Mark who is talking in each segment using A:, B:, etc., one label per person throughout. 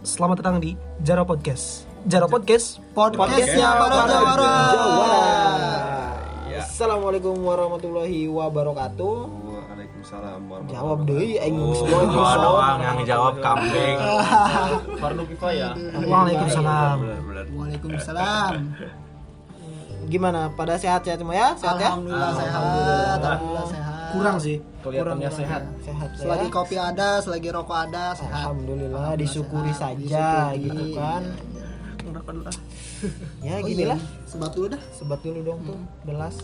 A: Selamat datang di Jaro Podcast. Jaro Podcast,
B: Podcastnya para jawara.
C: Jawara.
B: Ya.
C: Assalamualaikum warahmatullahi wabarakatuh.
B: Waalaikumsalam warahmatullahi
C: Jawab deui aing geus
B: Oh,
C: jawab.
B: gua doang
D: yang jawab kambing.
E: Fardu kifayah.
A: Waalaikumsalam.
B: Benar-benar.
F: Waalaikumsalam.
C: Gimana? Pada sehat-sehat semua ya? Sehat ya?
F: Alhamdulillah sehat. Alhamdullah sehat.
A: Kurang sih.
E: Kelihatannya sehat.
C: Sehat
F: Selagi
C: ya?
F: kopi ada, selagi rokok ada, sehat.
C: Alhamdulillah disyukuri
F: sehat,
C: saja
F: disyukuri.
C: gitu kan. Ya
F: Oh
C: gini
F: iya,
C: lah.
F: Sebat dulu dah.
C: Sebat dulu dong tuh belas.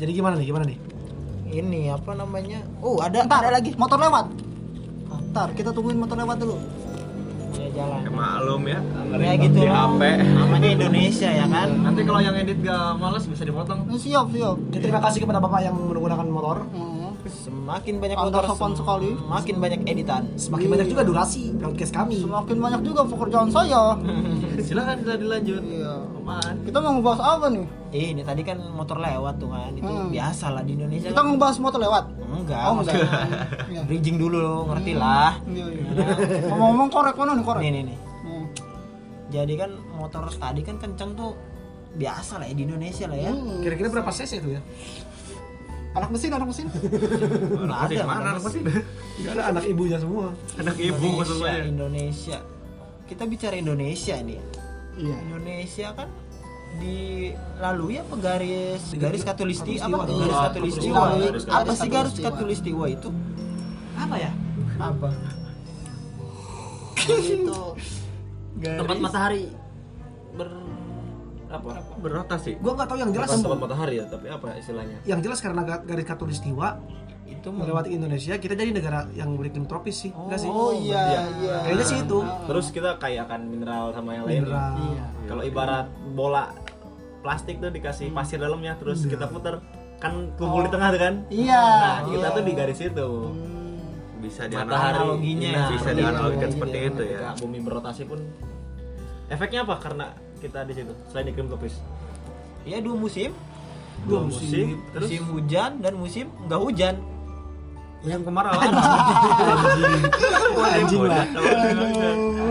A: Jadi gimana nih? Gimana nih?
C: Ini apa namanya? Oh, ada
F: Ntar
C: ada lagi.
F: Motor lewat. Ntar kita tungguin motor lewat dulu.
C: Ya
B: Ya,
C: jalan.
B: maklum ya.
C: Ya gitu
B: Di
C: lah.
B: HP.
C: Namanya Indonesia ya kan.
E: Nanti kalau yang edit gak males bisa dipotong.
F: Ini Hmm, siap siap.
A: Ya, terima kasih kepada Bapak yang menggunakan motor.
F: Hmm.
C: Semakin banyak
F: Ada
C: motor
F: sopan sekali.
C: Makin banyak editan.
A: Semakin Ya, banyak juga durasi podcast kami.
F: Semakin banyak juga pekerjaan saya.
E: Silahkan kita dilanjut.
F: Iya.
E: Apaan?
F: Kita mau ngebahas apa nih?
C: Eh, ini tadi kan motor lewat tuh kan. Itu
F: Hmm.
C: biasa lah di Indonesia.
F: Kita
C: kan.
F: ngebahas motor lewat.
C: enggak.
F: Oh enggak.
C: maksudnya-
F: Iya.
C: Bridging dulu lo, Ya, ngerti lah.
F: Iya, iya. Ngomong-ngomong korek mana nih korek?
C: Nih nih nih.
F: Hmm.
C: Jadi kan motor tadi kan kenceng tuh biasa lah ya di Indonesia lah ya.
F: Hmm.
A: Kira-kira berapa cc itu ya?
F: Anak mesin, anak mesin.
C: Nggak ada
B: Mana
C: nggak
B: apa sih?
A: Karena anak ibunya semua.
B: Anak
C: ada.
B: ibu
C: Indonesia,
B: maksudnya.
C: Indonesia. Kita bicara Indonesia nih. ya.
F: Iya.
C: Indonesia kan dilalui apa garis garis katulistiwa apa
A: Katulistiwa.
C: garis
E: Iya,
C: katulistiwa
F: garis-
C: apa
F: garis
C: sih garis katulistiwa
F: katulistiwa.
C: itu
A: Apa ya?
C: apa
F: Nah, Itu.
E: Tempat matahari ber apa?
B: Berotasi.
A: Gua nggak tahu yang jelas.
E: Bukan tempat matahari ya, tapi apa istilahnya?
A: Yang jelas karena ga- garis katulistiwa
C: itu
A: melewati Indonesia, kita jadi negara yang beriklim tropis sih. Enggak sih?
F: Oh iya, iya.
A: Kayaknya sih itu.
E: Terus kita kayak akan mineral sama yang lain.
A: Mineral.
E: Kalau ibarat bola plastik tuh dikasih pasir dalamnya terus kita puter kan kumpul di tengah tuh kan.
F: Iya.
E: Nah, kita tuh di garis itu.
B: Bisa
E: Matahari.
B: dianaloginya.
E: Nah,
B: Bisa
E: iya,
B: dianalogikan
E: iya,
B: seperti
E: iya.
B: itu ya.
E: Ketika bumi berotasi pun efeknya apa karena kita di situ selain iklim tropis
C: ya dua musim
E: dua musim terus
C: musim hujan dan musim nggak hujan
A: Yang kemarau.
B: Anjing lah.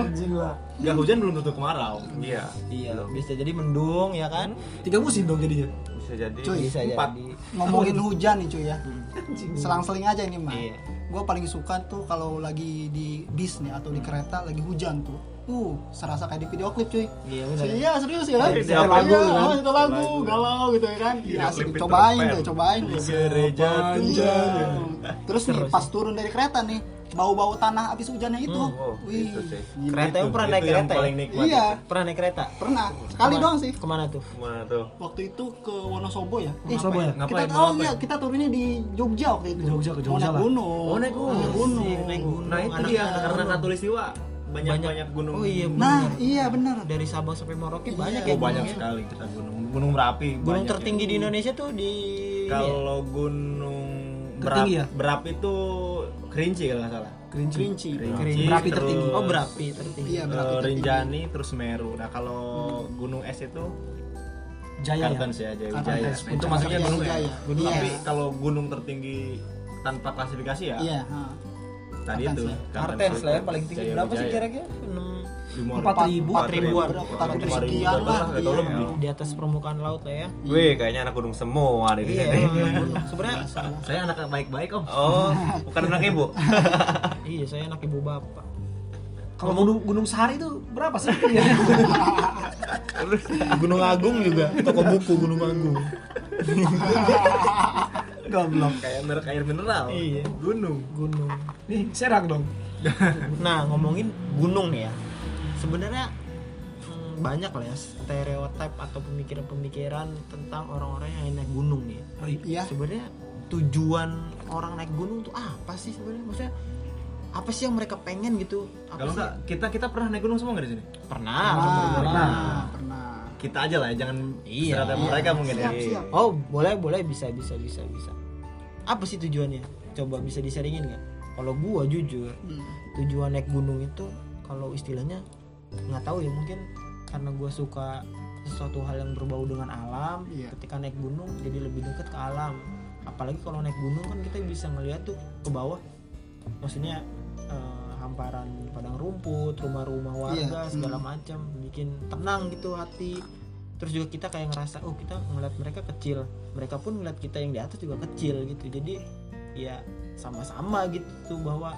A: Anjing lah.
E: nggak hujan belum tentu kemarau
B: Iya.
C: iya bisa jadi mendung ya kan
A: Tiga musim dong jadinya.
B: Bisa jadi.
C: bisa
E: Hmm. empat.
C: jadi
F: Ngomongin hujan nih cuy ya. Selang-seling aja ini mah.
C: Iya.
F: Gue paling suka tuh kalau lagi di bis nih atau di kereta lagi hujan tuh. Uh, serasa kayak di video klip cuy.
C: iya
F: So,
C: benar
F: Iya serius ya kan?
B: Iya, lagu,
F: Iya,
B: kan?
F: oh, itu lagu, galau gitu ya kan? Iya, asik,
B: klip Peter
F: cobain
B: Pan.
F: deh, cobain deh.
E: gereja
F: Iya. Terus nih pas turun dari kereta nih, bau-bau tanah abis hujannya itu.
B: wow,
F: Wih,
B: itu Hmm, Oh, gitu sih.
F: gila.
C: Kereta yang pernah naik kereta ya?
E: paling nikmat
F: Iya,
C: pernah naik kereta
F: pernah. Sekali
C: Kemana-
F: doang sih.
C: kemana tuh
B: Mana tuh?
F: Waktu itu ke Wonosobo ya? Eh,
A: Wonosobo ya?
F: Kita
B: Ngapain?
F: oh
B: Ngapain?
F: iya, kita turunnya di Jogja waktu itu.
A: Di Jogja, ke
F: Mau
A: Jogja
F: naik
A: lah.
F: gunung.
C: Oh, naik gunung. Sih, naik gunung.
E: nah itu
C: Anak-
E: dia karena katulistiwa banyak banyak, gunung
C: Iya. oh iya benar
F: Nah, iya benar.
C: dari Sabang sampai Merauke banyak ya
E: oh, banyak
C: gunungnya.
E: sekali kita gunung gunung merapi
C: gunung
E: banyak.
C: tertinggi di Indonesia tuh di ini ya?
E: kalau gunung
A: Tertinggi ya?
E: berapi berapi itu kerinci kalau nggak salah
A: Kerinci.
F: Kerinci.
E: kerinci
A: Berapi
E: terus,
A: tertinggi.
C: oh berapi tertinggi
F: Iya,
E: eh,
F: berarti
E: Rinjani terus Meru. Nah kalau gunung es itu
A: Jaya ya.
E: Kartens ya Jaya Wijaya.
A: Kartens.
E: Itu maksudnya gunung ya.
F: Wijaya.
E: Gunung
F: Iya.
E: tapi kalau gunung tertinggi tanpa klasifikasi ya
F: Iya, ha.
E: tadi
F: Kartens
E: itu.
F: ya.
C: Kartens lah ya paling tinggi
E: Jaya
C: berapa sih
E: Wijaya.
C: kira-kira? Enam-
E: Di Muara.
A: Empat ribu.
E: Empat ribuan.
F: Berapa?
E: Empat ribu
F: Empat ribu
E: sekian
F: sekian
E: lah.
F: lah.
E: Nggak tahu
F: Iya.
E: lebih.
C: di atas permukaan laut lah ya.
B: Wih, kayaknya anak gunung semua di
C: Iya,
B: sini.
C: emang. sebenarnya
E: Saya anak yang baik-baik om.
B: Oh, bukan anak ibu.
C: iya saya anak ibu bapak.
A: Kalau gunung gunung sehari itu berapa sih? Ya.
E: Gunung Agung juga. Toko buku Gunung Agung.
A: Goblok.
E: Kayak Eh, merek air mineral.
C: Iya.
E: Gunung.
C: Gunung.
A: Nih, serang dong.
C: Nah ngomongin gunung nih ya, sebenarnya hmm, banyak lah ya stereotip atau pemikiran-pemikiran tentang orang-orang yang naik gunung nih. ya.
F: Iya.
C: Sebenarnya tujuan orang naik gunung tuh apa sih sebenarnya? Maksudnya apa sih yang mereka pengen gitu? Apa
E: Kalau
C: sih? Ah,
E: enggak kita kita pernah naik gunung semua nggak di sini?
C: pernah.
F: Pernah,
C: pernah.
F: pernah, pernah.
E: Kita aja lah, ya, jangan
C: Iya.
E: serata mereka mungkin ya.
F: Siap, siap.
C: Oh boleh boleh bisa bisa bisa bisa. Apa sih tujuannya? Coba bisa diseringin nggak? Kalau gua jujur
F: Hmm.
C: tujuan naik gunung itu kalau istilahnya nggak tahu ya mungkin karena gua suka sesuatu hal yang berbau dengan alam.
F: Iya.
C: Ketika naik gunung jadi lebih dekat ke alam. Apalagi kalau naik gunung kan kita bisa ngeliat tuh ke bawah. Maksudnya eh, lemparan padang rumput rumah-rumah warga
F: Iya,
C: segala
F: mm.
C: macam bikin tenang gitu hati terus juga kita kayak ngerasa oh kita ngeliat mereka kecil mereka pun ngeliat kita yang di atas juga kecil gitu jadi ya sama-sama gitu bahwa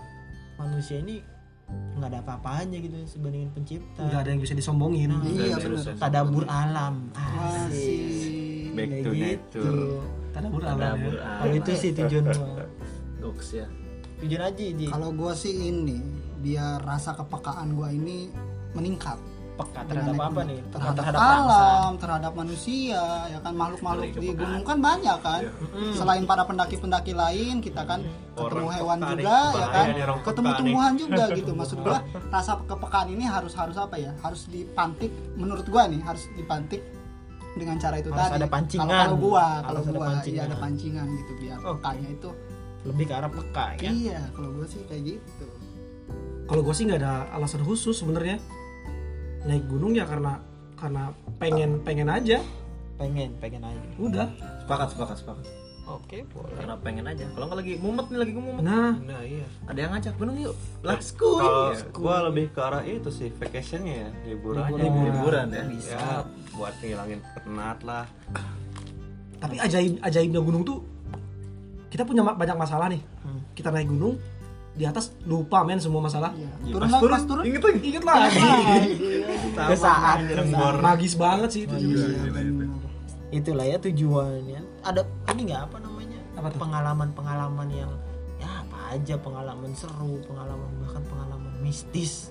C: manusia ini nggak ada apa-apanya gitu sebandingin pencipta
A: nggak ada yang bisa disombongin
C: Nah,
F: Iya,
B: Nggak ada
F: bener.
B: urusan.
C: tadabur alam
F: Asik.
B: Back
C: Kayak
B: to
C: gitu.
B: nature.
A: tadabur alam
B: Tadabur
A: ya
C: Kalau itu sih tujuan gua.
E: Doks ya.
C: Tujuan aja di
F: Kalau gua sih ini biar rasa kepekaan gua ini meningkat
C: peka Nah, terhadap
F: Dengan-
C: apa nih?
F: Iya. Terhadap,
C: bangsa.
F: alam, terhadap manusia, ya kan makhluk-makhluk
B: Apalagi
F: di
B: kepekaan.
F: gunung kan banyak kan.
C: Mm-mm.
F: Selain para pendaki-pendaki lain, kita kan
B: Iya.
F: ketemu
B: Orang
F: hewan
B: peka nih,
F: juga ya
B: bahaya
F: kan.
B: nih orang
F: Ketemu
B: peka nih.
F: tumbuhan juga gitu. Maksud gua rasa kepekaan ini harus harus apa ya? Harus dipantik menurut gua nih, harus dipantik dengan cara itu
C: Harus
F: tadi.
C: ada pancingan.
F: Kalau kalau gua, kalau
C: Harus ada
F: gua iya ada
C: pancingan. Oh.
F: pancingan gitu biar
C: Oke.
F: pekanya itu.
C: lebih ke arah peka ya.
F: Iya, kalau gua sih kayak gitu.
A: kalau gue sih nggak ada alasan khusus sebenarnya naik gunung ya karena karena pengen pengen aja
C: Pengen, pengen aja.
A: udah
E: Sepakat, sepakat, sepakat.
C: Oke, boleh.
E: Karena pengen aja. Kalau nggak lagi mumet nih lagi gue mumet.
A: nah
C: Nah, iya.
E: Ada yang ngajak gunung yuk. Iya. Lasku.
B: Kalau gue lebih ke arah itu sih vacationnya ya liburan aja
E: Liburan. Liburan ya.
C: Bisa.
B: ya buat ngilangin penat lah
A: tapi ajaib ajaibnya gunung tuh kita punya ma- banyak masalah nih
C: Hmm.
A: kita naik gunung di atas lupa men semua masalah
F: Iya.
E: Iya,
F: Turun
E: pas
F: lagi,
E: turun,
F: pas turun. Iya,
E: Inget lagi.
A: inget lagi
C: Iya, Kesaan.
A: magis banget sih itu juga
F: Iya, bener.
C: Itulah ya tujuannya. Ada ini nggak apa namanya?
A: Apa tuh?
C: Pengalaman-pengalaman yang ya apa aja pengalaman seru, pengalaman bahkan pengalaman mistis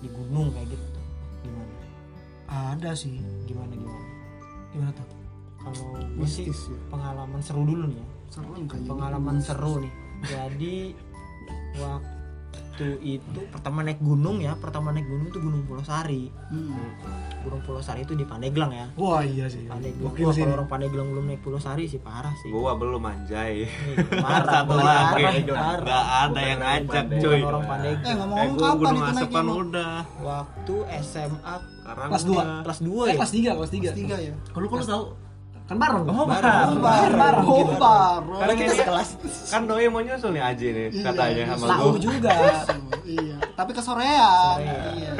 C: di gunung kayak gitu. Gimana?
A: ada sih
C: Gimana gimana?
A: gimana tuh
C: Kalau gua sih
F: Mistis ya.
C: pengalaman seru dulu nih ya.
F: Serem kayaknya.
C: pengalaman seru nih jadi waktu itu pertama naik gunung ya pertama naik gunung itu gunung Pulau Sari
F: Hmm.
C: gunung Pulau Sari itu di Pandeglang ya
A: wah iya sih
C: Pandeglang
A: gokil
C: Wah,
A: sih
C: kalau orang Pandeglang belum naik Pulau Sari sih parah sih
B: gua belum anjay
C: Nih,
B: satu
C: parah,
B: lagi
C: parah.
B: nggak ada yang
E: orang
B: ngajak
E: Pandeglang,
B: cuy
C: orang Pandeglang.
F: Eh
B: Eh,
F: ngomong-ngomong
B: gua
F: kapan
B: gunung
F: itu naiknya?
B: asepan
F: Bang?
B: udah
C: waktu SMA
B: sekarang
A: Kelas dua.
B: udah.
C: kelas 2
A: eh
C: ya
A: kelas tiga kelas tiga
F: Tiga
C: Iya.
F: ya.
A: kalau kalau tahu kan bareng Bareng.
E: Oh, parah.
A: Bareng, bareng.
F: Oh, baru.
B: Karena kita
C: kelas
B: kan doi mau nyusul nih Aji nih
F: Iya,
B: katanya sama
F: nyusul.
B: gua
A: tahu juga
F: Iya, tapi kesorean.
C: Kesorean.
F: Iya.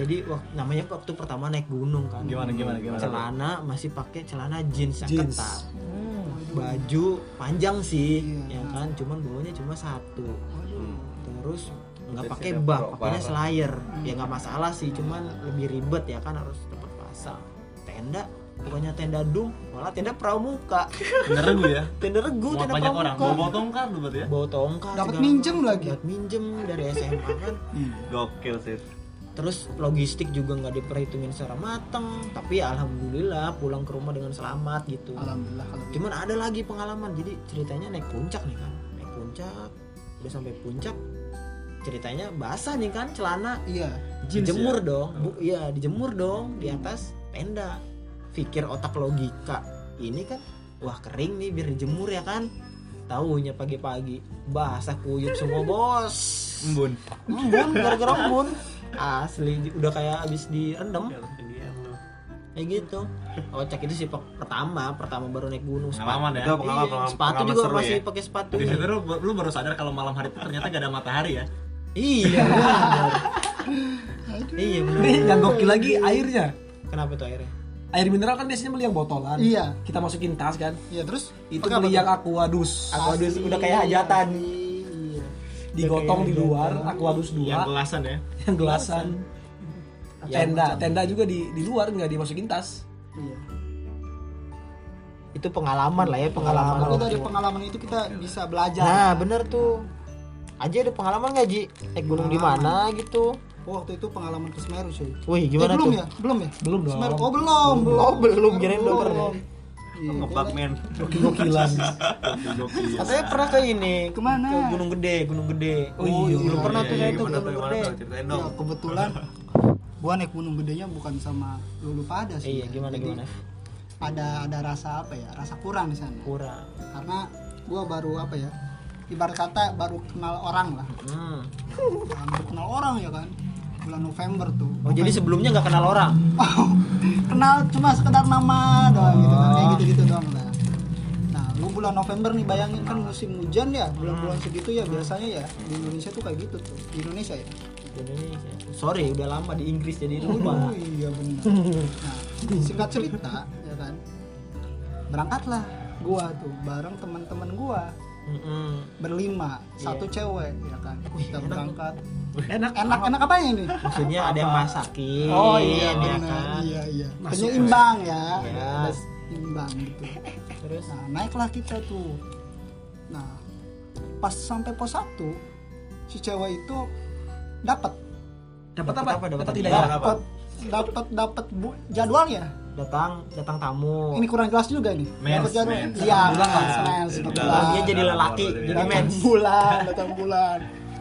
C: jadi waktu, namanya waktu pertama naik gunung kan
E: Gimana gimana gimana.
C: celana masih pakai celana jeans yang
A: Jeans.
C: ketat
F: Waduh.
C: baju panjang sih
F: Iya.
C: ya kan cuman bawahnya cuma satu
F: Waduh.
B: Hmm.
C: terus nggak
B: Potensi
C: pakai
B: ada
C: bak
B: pro-
C: pakainya
B: parah.
C: slayer ya nggak masalah sih cuman lebih ribet ya kan harus dapat pasang tenda bukannya tenda dum malah tenda pramuka
E: Bener gue ya.
C: tenda regu
E: Muat
C: tenda
E: banyak orang. Bawa
C: pramuka
E: tongkat lu berarti ya.
C: bawa tongkat
F: Dapat
C: segala
F: minjem
C: macam.
F: lagi.
C: dapat minjem dari SMA kan
F: Iya.
B: gokil sih
C: terus logistik juga nggak diperhitungin secara matang tapi ya alhamdulillah pulang ke rumah dengan selamat gitu
F: Alhamdulillah kalau gitu.
C: cuman ada lagi pengalaman jadi ceritanya naik puncak nih kan naik puncak udah sampai puncak ceritanya basah nih kan celana
F: Iya.
C: dijemur dong
E: Oh.
C: bu ya dijemur dong di atas tenda pikir otak logika ini kan wah kering nih biar dijemur ya kan tahunya pagi-pagi basah kuyup semua bos
E: Embun.
C: embun gara-gara embun asli udah kayak abis direndam
E: Iya,
C: kayak gitu kocak itu sih pe- pertama pertama baru naik gunung
E: Pengalaman ya.
B: Itu pengalaman pengalaman,
C: sepatu
B: pengalaman
C: juga
B: seru
C: masih
B: ya
C: pakai sepatu
E: Di situ lu, lu baru sadar kalau malam hari itu ternyata gak ada matahari ya.
C: iya benar iya benar
A: nih yang gokil lagi airnya
C: kenapa tuh airnya
A: air mineral kan biasanya beli yang botolan
F: Iya.
A: kita masukin tas kan
F: Iya, terus
A: itu
F: pakai apa
A: beli
F: tuh?
A: yang aquadus
C: Aquadus udah kayak hajatan.
F: Iya.
A: digotong di luar aquadus
E: Yang
A: dua
E: gelasan ya.
A: yang gelasan
C: Yang
A: tenda
C: macam-
A: tenda juga di di luar nggak dimasukin tas
F: Iya.
C: itu pengalaman lah ya
B: Iya,
C: pengalaman
F: Tapi dari
C: waktu-
F: pengalaman itu kita bisa belajar.
C: nah bener tuh aja ada pengalaman nggak ji naik gunung di mana gitu
F: Oh, waktu itu pengalaman ke Semeru, cuy.
C: wih
F: Eh,
C: gimana
F: belum
C: tuh
F: ya? Belum ya?
A: belum dong
F: Semeru. Oh, belum.
C: Oh, belum, kirain udah pernah.
F: Iya,
B: ngebug men
A: gokil gokilan
B: Iya.
C: katanya pernah ke ini
F: Kemana?
C: ke gunung gede gunung gede
A: Oh iya,
C: belum pernah tuh
B: Iya, iya,
C: saya tuh
B: gimana tuh,
C: gunung
B: gimana
C: gede
B: tuh? ceritain
F: Ya,
B: dong
F: kebetulan gua naik gunung gedenya bukan sama lulu pada sih.
C: iya gimana
F: Jadi,
C: gimana
F: Ada ada rasa apa ya? Rasa kurang di sana.
C: kurang
F: Karena gua baru apa ya? Ibarat kata baru kenal orang lah.
C: hmm.
F: Nah, baru kenal orang ya kan. Bulan November tuh.
C: oh jadi sebelumnya nggak kenal orang
F: kenal cuma sekedar nama doang gitu kan
C: Oh.
F: kayak gitu-gitu doang lah. Nah, gua bulan November nih
C: Hmm.
F: bayangin kan musim hujan ya, bulan-bulan segitu ya biasanya ya di Indonesia tuh kayak gitu tuh. Di Indonesia ya.
C: Indonesia sorry udah lama di Inggris jadi rumah
F: Oh iya benar. Nah, singkat cerita ya kan. Berangkatlah gua tuh bareng teman-teman gua
C: Mm-mm. Iya.
F: berlima, satu cewek ya kan. Kita
C: enak.
F: berangkat.
A: enak
F: Enak-enak apanya ini?
C: maksudnya ada yang masakin
F: Oh iya
C: ya
F: benar.
C: kan?
F: Iya iya.
A: Masuk,
F: Penyeimbang ya.
C: Iya.
F: Ada Imbang gitu.
C: terus
F: Nah, naiklah kita tuh. Nah, pas sampai pos 1 si cewek itu dapat
A: dapat apa
C: apa? Dapat ya?
A: dapat
C: apa?
A: hidayah
B: Apa?
F: dapat dapat dapat bu- jadwalnya
C: datang datang tamu
F: ini kurang jelas juga nih
E: Mens,
F: Dapat jadwal-
E: mens.
F: iya
A: Bulan lah.
F: mens,
E: Jadi
F: betul.
E: bulan.
C: Lah, dia
E: Ah,
C: jadi
E: dalam
C: lelaki
E: baru dia
C: jadi
F: datang
C: mens
F: bulan datang bulan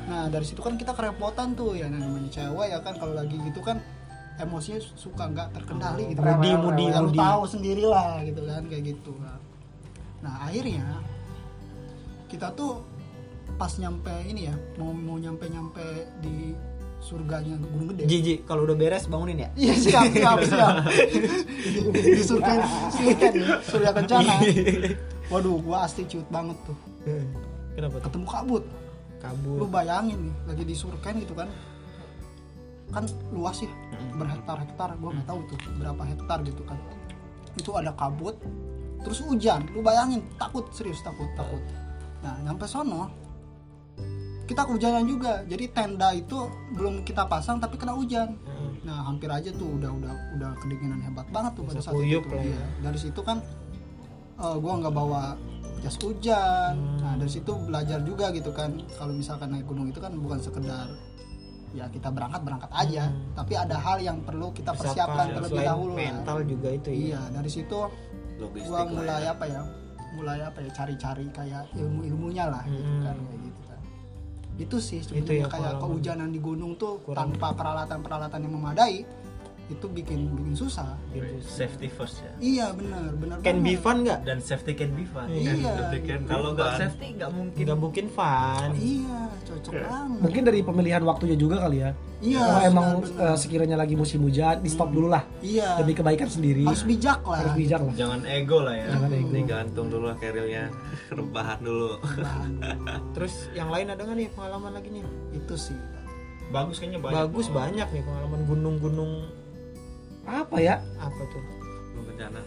F: nah dari situ kan kita kerepotan tuh ya namanya cewek ya kan kalau lagi gitu kan emosinya suka nggak terkendali gitu
C: Mudi,
F: Rewel,
C: mudi,
F: rewel. Lu
C: mudi.
F: tahu sendirilah gitu kan kayak gitu nah akhirnya kita tuh pas nyampe ini ya mau mau nyampe nyampe di surganya gunung gede
C: Jiji kalau udah beres bangunin ya
F: Iya siap siap siap. Di surga silikan surya kencana. Waduh, gua asli ciut banget tuh.
C: kenapa tuh
F: Ketemu kabut. Lu
C: kabur
F: bayangin nih, lagi di surken gitu kan. Kan luas sih, berhektar-hektar. Gua nggak tahu tuh berapa hektar gitu kan. Itu ada kabut, terus hujan. Lu bayangin, takut serius takut takut. Nah, nyampe sono kita kehujanan juga. Jadi tenda itu belum kita pasang tapi kena hujan.
C: Mm.
F: Nah, hampir aja tuh udah udah udah kedinginan hebat banget tuh pada
C: Bisa
F: saat
C: kuyup
F: itu.
C: lah ya.
F: Iya. Dari situ kan eh, gua nggak bawa jas hujan. Nah, dari situ belajar juga gitu kan. Kalau misalkan naik gunung itu kan bukan sekedar ya kita berangkat berangkat aja,
C: Hmm.
F: tapi ada hal yang perlu kita
C: persiapan
F: persiapkan terlebih
C: ya? selain
F: dahulu. lah.
C: mental juga itu ya
F: Iya, dari situ
B: logistik
F: gua
B: lah
F: mulai
B: ya.
F: apa ya? Mulai apa ya? Cari-cari kayak ilmu-ilmunya lah gitu
C: Hmm.
F: kan kayak gitu kan. Itu sih
C: ya
F: sebenarnya kayak
C: pengalaman.
F: kehujanan di gunung tuh
C: Kurang. ya.
F: tanpa peralatan-peralatan yang memadai itu bikin bikin susah.
E: safety first ya
F: Iya benar, benar.
C: Iya. can be fun
F: banget.
C: ya kan? nggak
E: dan safety can be fun
F: Iya.
B: Demikian
E: kalau nggak
B: beban.
E: safety nggak mungkin
C: nggak mungkin fun
F: Iya, cocok banget.
A: mungkin dari pemilihan waktunya juga kali ya
F: Iya,
A: kalau emang
F: benar-benar.
A: eh, sekiranya lagi musim hujan di stop dulu lah
F: Iya.
A: demi kebaikan sendiri
F: harus bijak lah.
A: harus bijak lah
E: jangan ego lah ya
A: jangan ego
B: digantung dulu lah kerilnya rebahan dulu
F: Bahan dulu.
C: terus yang lain ada nggak nih pengalaman lagi nih
F: itu sih.
E: bagus kayaknya banyak
C: bagus banyak nih pengalaman gunung-gunung
A: apa ya
C: apa tuh
B: bencana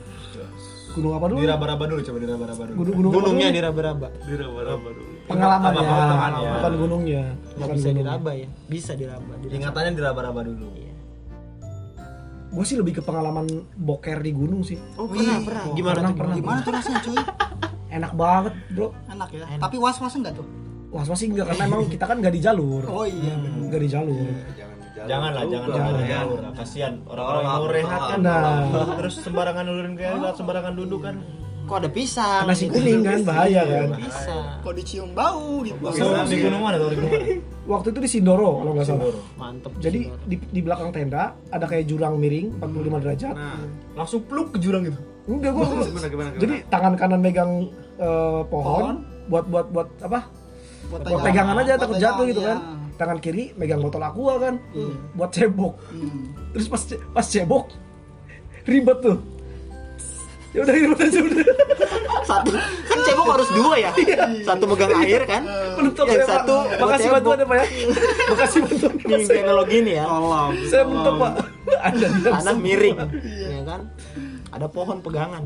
A: gunung apa dulu
E: diraba-raba dulu coba diraba-raba dulu
A: gunung gunung apa
C: gunungnya
A: dulu?
C: diraba-raba
B: diraba-raba dulu
A: pengalaman ya
E: Pengalaman ya.
A: bukan gunungnya
C: nggak
A: bukan
C: bisa
A: gunungnya.
C: diraba ya bisa diraba diraba.
E: ingatannya diraba-raba dulu
C: Iya.
A: gue sih lebih ke pengalaman boker di gunung sih
C: oh pernah pernah
A: pernah,
C: gimana tuh gimana?
A: pernah.
F: Gimana tuh rasanya cuy?
A: enak banget bro
F: Enak ya.
C: Enak.
F: Tapi was-was enggak tuh?
A: was was sih enggak karena emang kita kan nggak di jalur
F: Oh iya. benar.
A: nggak di jalur
B: jangan
E: janganlah jangan
A: Jangan.
E: jangan jalur lah. kasihan orang-orang yang mau rehat kan
A: Nah.
E: terus sembarangan nulurin kayak sembarangan duduk kan
C: kok ada pisang
A: nasi kuning kan bahaya kan
C: pisang
F: Kok dicium bau gitu.
E: di gunung mana tuh di gunung mana?
A: waktu itu di Sindoro kalau nggak salah
C: mantep
A: jadi di, di belakang tenda ada kayak jurang miring 45 derajat
B: nah
E: langsung pluk ke jurang gitu
A: enggak gue
B: gimana gimana
A: jadi tangan kanan megang eh,
F: Pohon.
A: pohon buat buat buat apa
F: Buat
A: buat pegangan aja takut
F: pegangan,
A: jatuh gitu
F: iya.
A: kan tangan kiri megang botol aqua kan buat cebok
F: Hmm.
A: terus pas ce- pas cebok ribet tuh ya udah ribet aja udah
C: satu kan cebok harus dua
A: Iya,
C: ya satu megang air kan
A: Mentok
C: yang
A: saya, Pak.
C: satu
A: makasih
C: cebok.
A: bantuan ya pak ya makasih bantuan
C: ini teknologi nih ya
B: tolong
A: saya mentok pak ada di dalam
C: tanah
A: semua.
C: miring ya kan ada pohon pegangan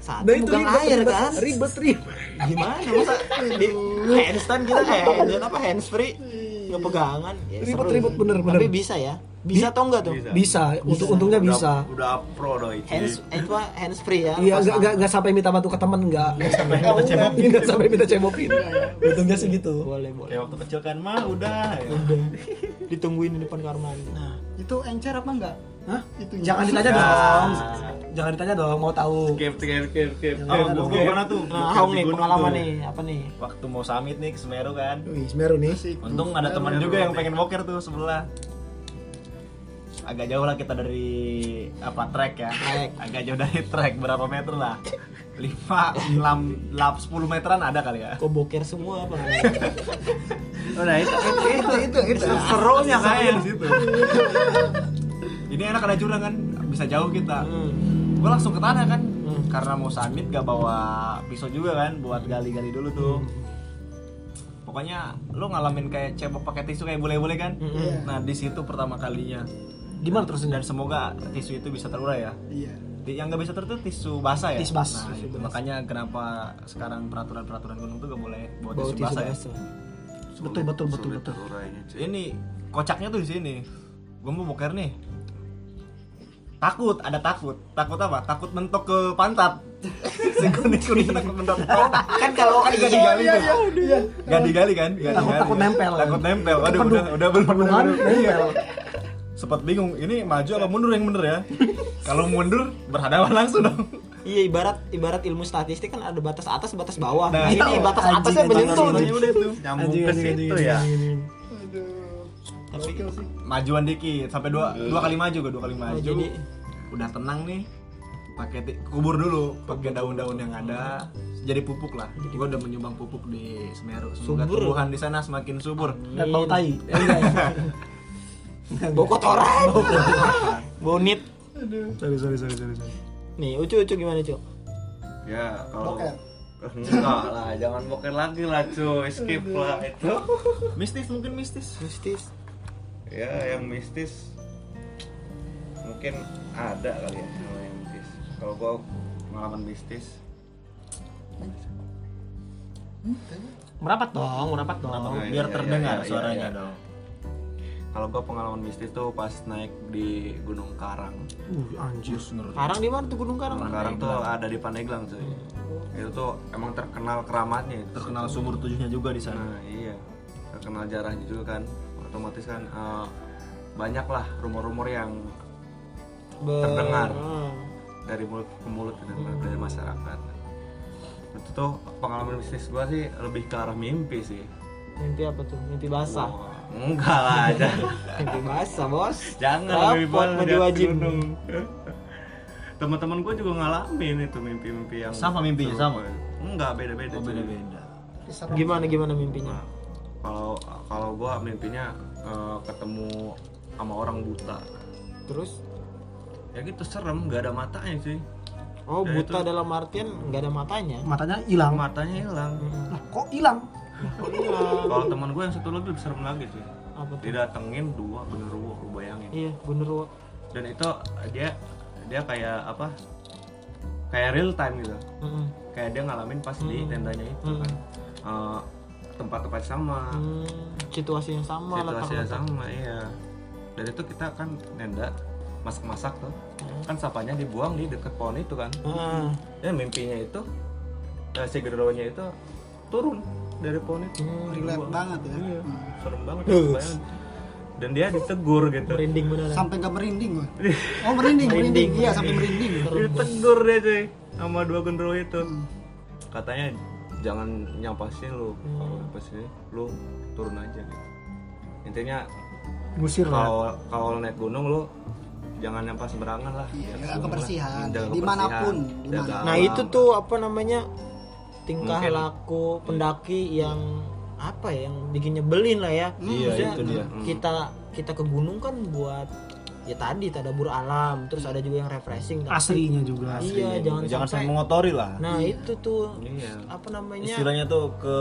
C: satu
A: Nah, itu
C: megang
A: ribet,
C: air
A: ribet,
C: kan
A: ribet ribet
C: gimana masa di handstand kita eh handstand apa handsfree ngepegangan ya, seru.
A: Ribet-ribet, bener-bener.
C: tapi bisa ya bisa atau enggak tuh
B: Bisa.
A: bisa untuk untungnya
B: udah,
A: bisa
B: udah pro doi
C: hands eh, apa handsfree ya
A: Iya, nggak
C: pas
A: nggak
C: tangan.
A: nggak sampai minta bantu ke teman nggak nggak sampai minta cebokin nggak sampai minta cebokin untungnya sih gitu
C: boleh boleh
E: kayak waktu kecil kan mah udah ya.
C: Udah. ditungguin di depan kamar mandi nah
F: Itu encer apa enggak?
A: Hah?
F: Itu
A: jangan ditanya dong jangan ditanya dong mau tahu
B: skip skip skip skip
E: Oh,
C: Iya,
E: gua gua pernah tuh
C: nah
E: boker
C: Aung
E: di
C: nih
E: gunung
C: pengalaman
E: tuh.
C: nih apa nih
E: waktu mau summit nih ke Semeru kan
A: Wih, Semeru nih
C: Hmm.
E: untung
C: Iya,
E: ada teman juga yang pengen boker tuh sebelah agak jauh lah kita dari apa trek ya
C: Trek.
E: agak jauh dari trek berapa meter lah 5, 6, 10 meteran ada kali ya
C: kok boker semua apa
E: udah itu
F: itu itu itu.
E: serunya kayaknya di situ ini enak ada jurang kan bisa jauh kita
C: Hmm.
E: gue langsung ke tanah kan
A: Hmm. Hmm.
E: karena mau summit gak bawa pisau juga kan buat gali-gali dulu tuh pokoknya lu ngalamin kayak cebok pakai tisu kayak boleh-boleh kan
F: Iya.
A: Mm-mm.
E: nah di situ pertama kalinya
A: Hmm. Di mana terus
E: dan semoga tisu itu bisa terurai ya
F: iya
E: Di- yang nggak bisa terus tuh tisu basah ya
A: Tisu basah.
E: Nah,
A: Tisu
E: itu.
A: basah.
E: makanya kenapa sekarang peraturan peraturan gunung tuh gak boleh bawa
C: bau
E: tisu,
C: tisu
E: basah ya
C: basah
A: Betul, betul, betul,
B: Sulit
A: betul.
B: terurainya, cuy.
E: ini kocaknya tuh di sini gue mau boker nih takut ada takut takut apa takut mentok ke pantat si kuning kuning takut mentok ke pantat
A: Oh,
C: kan kalau
A: iya,
C: kan
E: gak digali tuh. gak digali kan Gak
A: Takut-
E: digali.
A: takut nempel.
E: takut nempel aduh
A: Kepedu-
E: udah udah belum
A: Penuhan nempel.
E: sempat bingung ini maju apa mundur yang bener ya kalau mundur berhadapan langsung dong
C: iya ibarat ibarat ilmu statistik kan ada batas atas batas bawah nah,
E: Nah,
C: ini
E: iya.
C: batas atasnya
A: Anjing,
C: menyentuh
A: anjing,
E: Contohnya
C: nih.
E: udah itu
B: Nyambung
A: Anjing,
B: ke
A: anjing, anjing,
B: situ
A: anjing,
B: ya.
A: anjing.
F: aduh
C: tapi
F: gokil sih
E: majuan dikit sampai dua dua kali maju gue dua kali maju
C: jadi
E: udah tenang nih pakai ti- kubur dulu pakai daun-daun yang ada jadi pupuk lah gue udah menyumbang pupuk di Semeru semoga
C: Subur.
E: tumbuhan di sana semakin subur
A: Dan bau tai.
C: Iya. bau kotoran bau nit
A: Sorry, sorry, sorry, sorry, sorry.
C: nih ucu ucu gimana cu
B: Ya, kalau Eh,
F: Boker.
B: enggak lah, jangan boker lagi lah cuy, skip lah itu.
E: mistis mungkin mistis
C: mistis
B: Ya, yang mistis mungkin ada kali ya kalau yang mistis. Kalau gua pengalaman mistis,
A: Merapat dong, merapat dong.
B: Merapat. Iya,
E: Oh, biar
B: iya,
E: terdengar
B: iya, iya,
E: suaranya
B: iya.
E: dong
B: kalau gua pengalaman mistis tuh pas naik di Gunung Karang.
A: Uh, anjir.
E: menurut
C: karang di mana tuh gunung karang
B: Gunung Karang tuh ada di Pandeglang cuy. Itu tuh emang terkenal keramatnya. itu.
E: Hmm. terkenal sumur tujuhnya juga di sana
B: Nah, iya. Terkenal jarahnya juga kan. Otomatis kan eh, banyak lah rumor-rumor yang
C: Ber-
B: Terdengar.
C: Hmm.
B: dari mulut ke mulut gitu,
E: Hmm.
B: dari masyarakat itu tuh pengalaman bisnis gua sih lebih ke arah mimpi sih
C: mimpi apa tuh mimpi basah
B: Wah, enggak lah aja
C: mimpi basah bos
B: jangan mimpi
C: Repot,
B: banget
C: mandi
B: di atas
C: wajib.
B: gunung. teman-teman gua juga ngalamin itu mimpi-mimpi yang
E: Sama mimpinya, sama?
B: enggak beda-beda
E: oh
B: cuy.
E: beda-beda
F: Diserang.
C: gimana gimana mimpinya
B: Nah, kalau kalau gua mimpinya eh, ketemu sama orang buta
C: terus
B: ya gitu serem nggak ada matanya cuy
C: oh
B: Ya,
C: buta
B: itu.
C: dalam artian nggak ada matanya
A: Matanya hilang.
B: matanya hilang
A: Lah, kok hilang?
B: kalau teman gue yang satu lagi lebih serem lagi cuy
C: apa tuh
B: didatengin dua genderuwo lu bayangin
C: iya bener Wak.
B: dan itu dia dia kayak apa kayak real time gitu
C: Mm-mm.
B: kayak dia ngalamin pas di
C: Hmm.
B: tendanya itu
C: Hmm.
B: kan Eh, tempat-tempat sama
C: Hmm, situasi yang sama
B: situasi yang
C: letak-letak.
B: sama iya dan itu kita kan nenda masak-masak tuh
C: Hmm.
B: kan sapanya dibuang di deket pohon itu kan
C: Ah,
B: ya mimpinya itu eh, si genderuwonya itu turun dari pohon itu
C: hmm,
F: relate banget ya
B: Iya.
F: Hmm.
B: serem banget ya, bayangin. dan dia ditegur gitu
C: merinding beneran
F: sampai nggak merinding gue oh merinding merinding iya sampai merinding
B: ditegur dia cuy sama dua genderuwo itu
C: Hmm.
B: katanya jangan nyampasin lu kalau nyampasin lu turun aja gitu intinya
A: Gusir lah.
B: kalau kalau naik gunung lu jangan nyampas sembarangan lah Jangan
F: Iya, jaga
B: sembarangan.
F: kebersihan.
B: Jaga
F: Dimanapun,
B: kebersihan,
F: dimana.
B: jaga
C: nah
B: alam.
C: itu tuh apa namanya tingkah
B: Mungkin.
C: laku pendaki yang apa ya yang bikin nyebelin lah ya
E: iya
C: Maksudnya,
E: itu dia
B: Hmm.
C: kita kita ke gunung kan buat ya tadi tadabur alam terus ada juga yang refreshing tapi-
A: Aslinya juga.
C: iya jangan,
E: jangan sampai
C: sampai
E: mengotori lah
C: nah itu tuh
B: Iya.
C: apa namanya
E: istilahnya tuh ke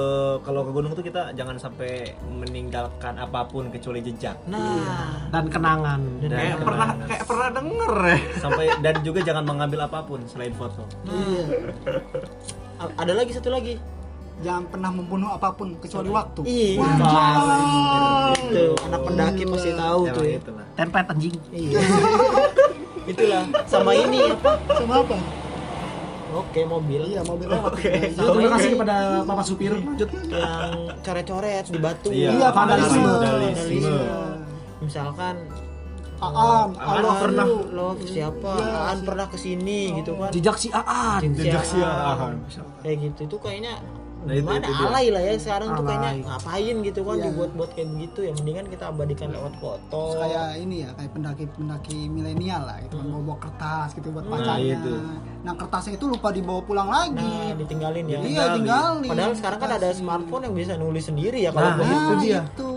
E: kalau ke gunung tuh kita jangan sampai meninggalkan apapun kecuali jejak
C: nah
A: Dan kenangan.
C: Dan
B: kayak
E: kenangan.
B: pernah kayak pernah denger ya
E: sampai dan juga jangan mengambil apapun selain foto
F: iya
C: nah. a- ada lagi satu lagi
F: jangan pernah membunuh apapun kecuali waktu
C: Iya.
B: Iya.
C: itu anak pendaki pasti tahu tuh ya.
E: itulah
A: Tempet anjing.
C: Iya. Itulah sama ini apa?
F: sama apa
C: Oke, mobil
F: iya mobil lewat
A: Ya, terima kasih kepada Bapak supir. Lanjut.
C: yang coret-coret di batu.
E: Iya,
F: iya vandalisme Iya.
E: vandalisme.
C: Misalkan
F: Aan
E: Aan
F: Allah
E: pernah.
F: dulu.
C: lo siapa? Aan pernah kesini gitu kan.
A: Jejak si Aan.
C: Jejak si
B: Iya.
A: Aan.
C: Kayak gitu itu kayaknya
E: Nah, itu-
C: gimana
E: itu dia.
C: alay lah ya sekarang tuh kayaknya
A: Alay.
C: ngapain gitu kan
F: Iya.
C: dibuat-buat kayak begitu ya mendingan kita abadikan lewat nah, foto.
F: kayak ini ya kayak pendaki pendaki milenial lah itu kan bawa, bawa kertas gitu buat pacarnya
E: itu.
F: nah kertasnya itu lupa dibawa pulang lagi
C: Nah, ditinggalin ya.
F: iya tinggalin
C: Padahal sekarang kan ada smartphone yang bisa nulis sendiri
A: Nah,
C: ya kalau gua-
F: nah,
A: itu dia.
F: itu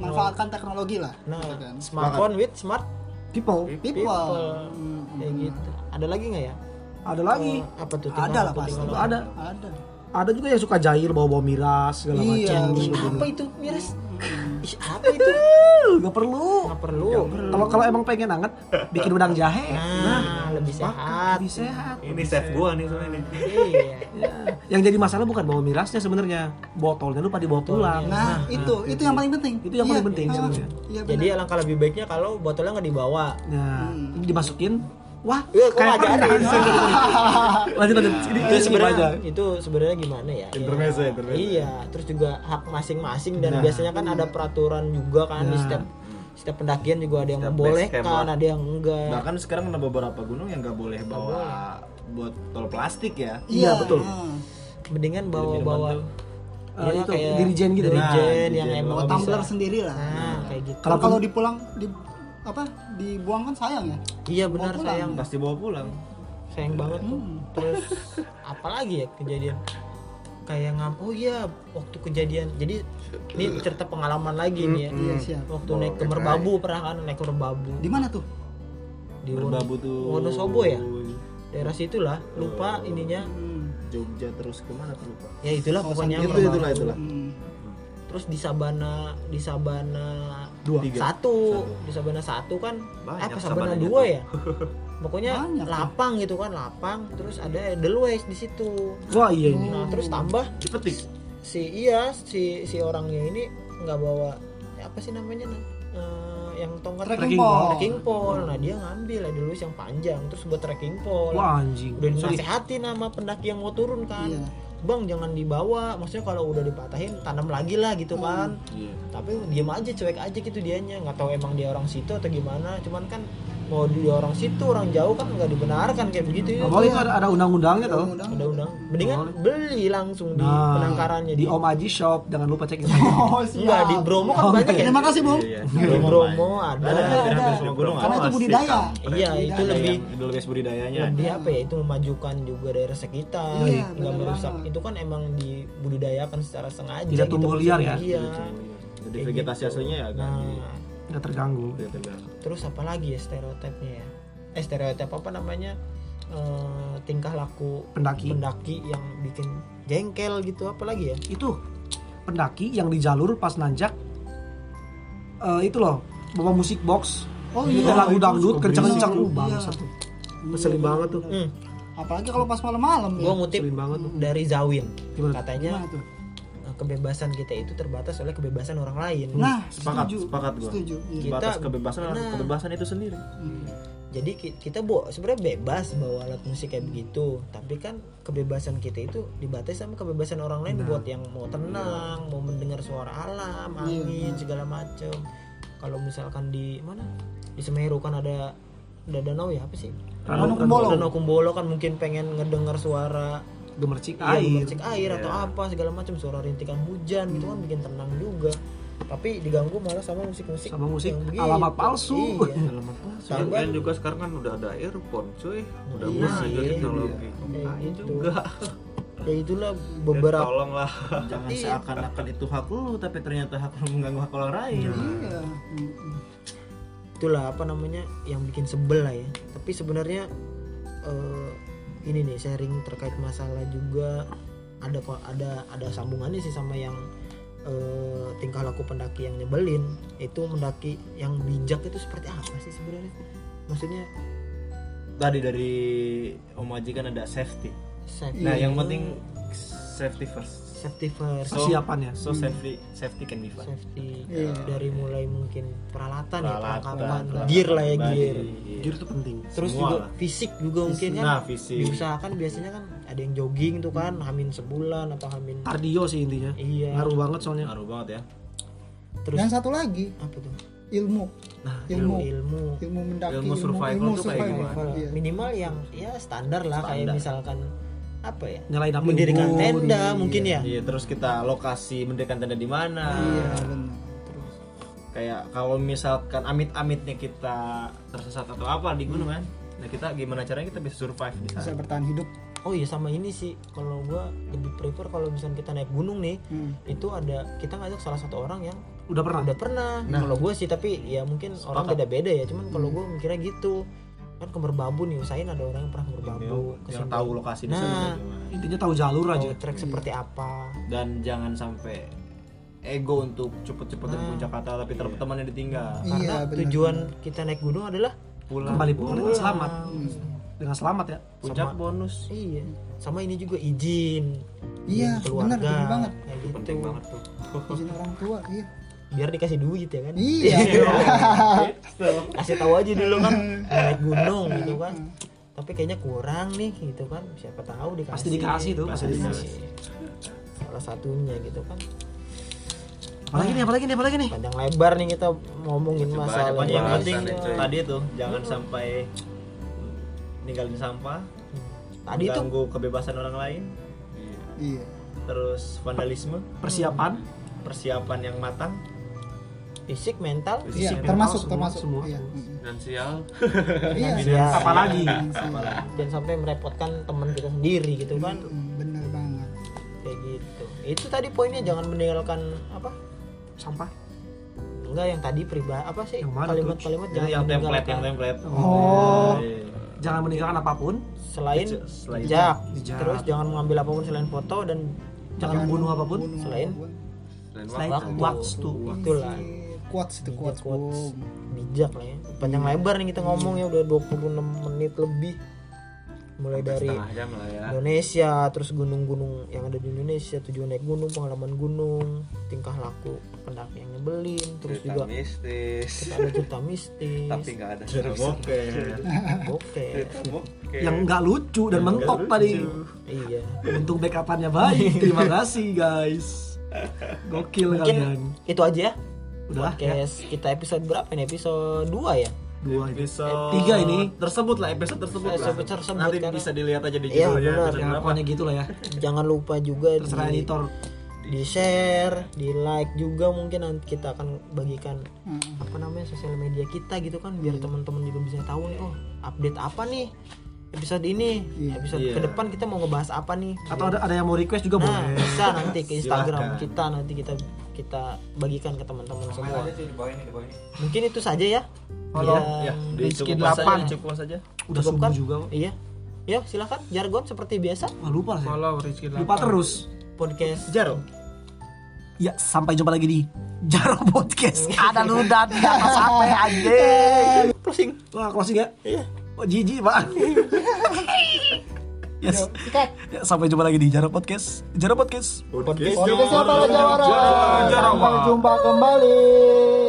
F: manfaatkan teknologi lah
C: Nah,
F: gitu kan.
C: smartphone with smart
A: People.
F: people,
C: people.
F: Hmm,
C: kayak gitu. Ada lagi nggak ya?
A: Ada lagi.
C: Apa tuh?
F: ada lah
C: apa,
F: pasti
C: tinggal apa?
A: Ada.
F: ada
A: ada juga yang suka jahil bawa-bawa miras segala macam
F: Iya, bener.
A: gitu.
C: apa itu miras Ih, apa itu
A: Gak perlu.
C: nggak perlu
A: Kalau kalau emang pengen anget, bikin udang jahe.
C: nah lebih
A: Makan,
C: sehat
A: lebih sehat.
B: Ini chef gua nih soalnya nih.
C: iya
A: Ya. Yang jadi masalah bukan bawa mirasnya sebenarnya, botolnya lupa dibawa pulang.
F: Nah, itu itu yang paling penting.
A: Itu yang
F: Iya,
A: paling penting
F: ah,
A: sebenarnya.
F: Iya, benar.
C: jadi ya, alangkah lebih baiknya kalau botolnya nggak dibawa
A: Nah,
F: Hmm.
A: dimasukin, wah,
C: Eh, kok
A: kayak
C: ngajarin?
A: pernah. lanjut lanjut. Ini
C: itu
A: ini aja.
C: sebenarnya itu sebenarnya gimana ya?
B: Intermezzo,
C: Ya,
B: intermezzo.
C: Iya, terus juga hak masing-masing dan
A: Nah.
C: biasanya kan ada peraturan juga kan di
A: Nah.
C: setiap setiap pendakian juga ada yang
B: Setiap base camp
C: membolehkan,
B: lah.
C: ada yang
B: Nah.
C: enggak.
E: Bahkan sekarang ada beberapa gunung yang nggak boleh bawa botol plastik ya.
A: Iya, betul.
F: ah.
C: Mendingan
A: Eh,
C: bawa-bawa ya,
A: itu, dirijen gitu.
E: Nah,
C: Dirijen yang
E: dirijen,
C: emang
F: Bawa
E: Kalau
F: tumbler
C: bisa.
F: sendiri lah.
C: Nah, kayak gitu.
A: Kalau-
F: Kalau kalau dipulang di apa dibuang kan sayang ya.
C: iya benar
F: pulang.
C: sayang,
E: Pasti bawa pulang.
C: sayang banget tuh. Terus apalagi ya kejadian kayak ngam oh iya waktu kejadian jadi ini cerita pengalaman lagi nih ya
F: Iya siap.
C: waktu naik ke merbabu pernah kan naik ke merbabu
F: Di mana tuh?
C: di Won-
E: Berbabu tuh.
C: Wonosobo ya? daerah situ lah lupa ininya
F: Hmm.
E: Jogja terus kemana tuh lupa.
C: ya itulah
F: Kawasan
C: pokoknya
E: Itu
C: Merbabu.
E: itulah itulah.
F: Hmm.
C: terus di Sabana di Sabana
A: Dua.
E: Tiga.
C: satu di Sabana satu kan
B: Banyak
C: apa Sabana
B: Sabananya
C: dua ya pokoknya
F: Banyak tuh.
C: lapang gitu kan lapang terus ada Edelweiss di situ
A: Wah, iya ini.
C: nah terus tambah
E: Dipetik.
C: si iya si si orangnya ini nggak bawa ya apa sih namanya nah, eh, yang tongkat
F: Trekking pole.
C: trekking pole nah dia ngambil Edelweiss yang panjang terus buat trekking
A: Hmm.
C: pole
A: Wah, anjing.
C: udah dinasehatin sama pendaki yang mau turun kan
F: Iya.
C: bang jangan dibawa maksudnya kalau udah dipatahin tanam lagi lah gitu
A: Oh,
C: kan
B: Iya.
C: tapi diem aja cuek aja gitu dianya nggak tahu emang dia orang situ atau gimana cuman kan mau dia orang situ orang jauh kan nggak dibenarkan kayak begitu
A: Nggak
C: ya
A: boleh itu ada, ada undang-undangnya tau.
F: Undang-undang.
C: udah undang mendingan beli langsung di
A: Nah,
C: penangkarannya
A: Di Om Aji Shop, jangan lupa cek
F: Oh,
C: Enggak,
F: siap.
C: di Bromo kan
A: Oh,
C: banyak ya
F: Terima kasih, Bung.
E: Iya.
C: di Bromo ada
E: Ada,
F: Ada,
E: hampir
F: ada.
E: semua gunung.
F: Karena itu
E: ada.
F: budidaya.
C: iya itu
F: Ada
C: lebih
E: Yang Edelweiss budidayanya.
C: lebih apa ya itu memajukan juga daerah sekitar
F: Iya,
C: nggak
F: bener
C: merusak
F: banget.
C: itu kan emang dibudidayakan secara sengaja
A: Tidak tumbuh liar ya?
C: iya
E: Gitu, Jadi vegetasi aslinya ya agak
C: nah
E: di-
A: Nggak terganggu.
E: dia terganggu.
C: terus apa lagi ya stereotipnya ya eh stereotip apa namanya Eh, tingkah laku
A: Pendaki.
C: pendaki yang bikin jengkel gitu apa lagi ya
A: Itu pendaki yang di jalur pas nanjak eh, itu loh bawa musik box
F: Oh
A: itu
F: iya.
A: lagu dangdut kenceng-kenceng
F: Iya.
A: uh bangsat tuh
F: Iya,
A: ngeselin
F: iya,
A: banget tuh
F: bener.
C: hmm,
F: Apalagi kalau pas malam-malam ya.
C: gue ngutip
A: ngeselin banget tuh
C: dari Zawin
A: Gimana?
C: katanya
F: Gimana tuh?
C: eh, kebebasan kita itu terbatas oleh kebebasan orang lain
F: Nah,
E: Sepakat,
F: setuju.
E: sepakat gua.
F: Setuju. Iya.
C: Kita-
E: Batas kebebasan adalah
C: Nah.
E: kebebasan itu sendiri.
F: Hmm.
C: jadi ki- kita bo- sebenarnya bebas bawa alat musik kayak begitu tapi kan kebebasan kita itu dibatasi sama kebebasan orang lain buat yang mau tenang mau mendengar suara alam
F: Iya,
C: angin segala macem kalau misalkan di mana di Semeru kan ada ada danau ya apa sih
A: Danau
F: Kumbolo.
C: danau Kumbolo kan mungkin pengen ngedengar suara
A: gemercik air
C: air, cek air atau apa segala macam suara rintikan hujan gitu kan bikin tenang juga tapi diganggu malah sama musik-musik
A: Sama musik
C: yang begitu.
A: alamat palsu.
C: gitu. Iya.
B: Dan
C: Tambah-
B: juga sekarang kan udah ada earphone cuy. Udah
C: Iya
B: maju
C: sih.
B: teknologi.
C: Iya.
B: Ayo
C: Kayak gitu.
B: juga.
C: ya itulah
B: Beberapa.
C: beberapa
B: Tolonglah.
E: Jangan
C: Iya.
E: seakan-akan itu hak lu, tapi ternyata hak lu mengganggu hak orang lain.
F: Iya. Hmm, hmm.
C: itulah apa namanya yang bikin sebel lah ya tapi sebenarnya eh, ini nih sharing terkait masalah juga ada ko- ada ada sambungannya sih sama yang eh, tingkah laku pendaki yang nyebelin itu mendaki yang bijak itu seperti apa sih sebenarnya maksudnya
E: Tadi dari Om Haji kan ada safety.
C: safety
E: Nah, yang penting Oh, safety first.
C: safety first
E: So-
A: persiapannya
E: So safety safety can be fun.
C: Hmm. safety
F: Iya.
C: dari mulai mungkin peralatan, ya perlengkapan
E: peralatan
C: gear lah ya
E: pribadi.
C: gear
A: gear itu penting
C: terus
E: Semua
C: juga
E: lah.
C: fisik juga mungkin kan
E: Nah,
B: Iya.
E: fisik.
C: diusahakan biasanya kan ada yang jogging tuh kan hamin sebulan apa hamin
A: kardio sih intinya
C: iya
A: ngaruh banget soalnya
E: Ngaruh banget ya.
C: terus
F: Dan satu lagi,
C: apa tuh
F: ilmu.
C: ilmu,
F: Ilmu.
C: ilmu.
F: Ilmu mendaki,
E: Ilmu survival
F: ilmu
E: tuh kayak
F: survival.
E: gimana?
F: Iya.
C: minimal yang ya standar lah kayak misalkan apa ya
A: nyalain Oh, api
C: mendirikan
A: unggun.
C: tenda mungkin ya
E: Iya, terus kita lokasi mendirikan tenda di mana.
F: Iya, benar. Terus
E: Kayak kalau misalkan amit-amitnya kita tersesat atau apa di
C: Hmm.
E: gunung kan. Nah, kita gimana caranya kita bisa survive di
F: bisa
E: sana?
F: bertahan hidup.
C: oh iya sama ini sih kalau gua lebih prefer kalau misalnya kita naik gunung nih
F: Hmm.
C: itu ada kita ngajak salah satu orang yang
A: udah pernah
C: udah pernah kalau gue sih tapi ya mungkin orang beda beda ya cuman kalau gue mikirnya gitu kan ke Merbabu nih usahain ada orang yang pernah ke
B: Iya,
C: Merbabu ke
E: yang
C: Sumber.
E: tahu lokasi di sana
C: Nah.
E: gimana.
A: intinya tahu jalur
C: tahu
A: aja
C: trek seperti apa
E: dan jangan sampai ego untuk cepet-cepet dari
C: Nah.
E: puncak kata tapi ter- temannya ditinggal
F: Iya,
C: karena
F: benar.
C: tujuan kita naik gunung adalah
E: pulang
A: kembali pulang dengan
C: pulang.
A: selamat
F: Hmm.
A: dengan selamat ya
E: puncak
C: Sama-
E: bonus
C: iya sama ini juga izin
F: Iya,
C: izin keluarga
F: benar, benar banget.
C: kayak
B: itu penting
C: gitu.
B: banget tuh
F: izin orang tua iya
C: biar dikasih duit ya kan
F: iya
C: kasih tahu aja dulu kan naik gunung gitu kan
F: Hmm.
C: tapi kayaknya kurang nih gitu kan siapa tahu dikasih
A: Pasti dikasih tuh, pasti dikasih.
C: salah satunya gitu kan
A: apalagi nih apalagi nih apalagi nih
C: panjang lebar nih kita ngomongin
B: Coba,
C: masalah
B: coba,
E: yang
B: Pembahasan
E: penting
B: ya, cuy.
E: tadi itu iya. jangan sampai ninggalin sampah
C: tadi tuh
E: ganggu kebebasan orang lain
B: Iya.
F: iya
E: terus vandalisme
A: persiapan
E: persiapan yang matang
C: fisik mental
F: iya
A: Disiplin
F: termasuk
A: semua-
F: termasuk
A: semua. ya,
F: iya Mm-mm.
B: dan sial
F: iya
C: Finansial.
A: Apalagi.
F: Finansial.
C: dan sampai merepotkan teman kita sendiri gitu kan
F: Mm, bener banget
C: kayak gitu itu tadi poinnya jangan meninggalkan apa
A: sampah
C: enggak yang tadi pribadi apa sih
A: Yang mana,
C: kalimat-kalimat
E: itu yang template yang
C: meninggalkan.
E: template
A: Oh.
E: Iya.
A: jangan meninggalkan apapun
C: selain
E: Jejak, selain
C: jejak
A: jejak.
C: terus jangan mengambil apapun selain foto dan
A: jangan membunuh apapun
F: Bunuh
C: Selain?
F: apapun.
B: selain
A: selain
B: waktu
A: waktu tuh
C: itulah
F: Iya, quotes itu
C: Iya, quotes.
F: quotes Bung.
C: bijak lah ya panjang lebar nih kita ngomong ya udah 26 menit lebih mulai dari
B: setengah jam lah ya
C: Indonesia terus gunung-gunung yang ada di Indonesia tujuan naik gunung pengalaman gunung tingkah laku pendaki yang nyebelin
B: cerita
C: terus juga
B: mistis
C: ada cerita mistis
B: tapi nggak ada
E: Oke.
C: oke
B: oke
A: yang nggak lucu dan mentok tadi
C: iya
A: untung backupannya baik terima kasih guys gokil
C: Mungkin-
A: kalian
C: itu aja ya
A: udah ya
C: podcast kita episode berapa nih episode 2 ya
A: dua ini
E: episode
A: Tiga ini.
E: tersebut lah episode tersebut lah.
C: Episode tersebut,
E: nanti
C: karena-
E: bisa dilihat aja di
C: Iya,
E: judulnya
C: benar.
E: episode
A: ya
E: berapa.
A: pokoknya gitulah ya
C: jangan lupa juga
A: terserah
C: di-
A: editor
C: di share, di like juga mungkin nanti kita akan bagikan
F: Mm-mm.
C: apa namanya sosial media kita gitu kan
A: Iya.
C: biar teman-teman juga bisa tahu nih oh update apa nih episode ini
F: Iya.
C: episode
E: Iya.
C: ke depan kita mau ngebahas apa nih
A: atau ada ada yang mau request juga
C: nah
A: boleh
C: bisa nanti ke Instagram
E: Silakan.
C: kita nanti kita kita bagikan ke teman-teman semua
B: di bawah ini di bawah ini
C: mungkin itu saja ya
A: Follow.
E: ya
C: Yang
E: di
A: Rizky
E: cukup saja
A: delapan.
E: cukup saja
A: udah subuh
C: cukupkan.
A: juga kok
C: iya ya silahkan jargon seperti biasa
A: Wah, lupa lah saya.
D: Follow Rizky
A: lupa terus
C: podcast
E: Jaro
A: ya sampai jumpa lagi di Jaro Podcast ada ludah di atas HP anjing
C: Eh, closing
A: wah closing ya
C: Iya.
A: oh jijik pak yes Ya, sampai jumpa lagi di Jaro Podcast Jaro Podcast
F: Podcast siapa Jawara? Sampai jumpa kembali.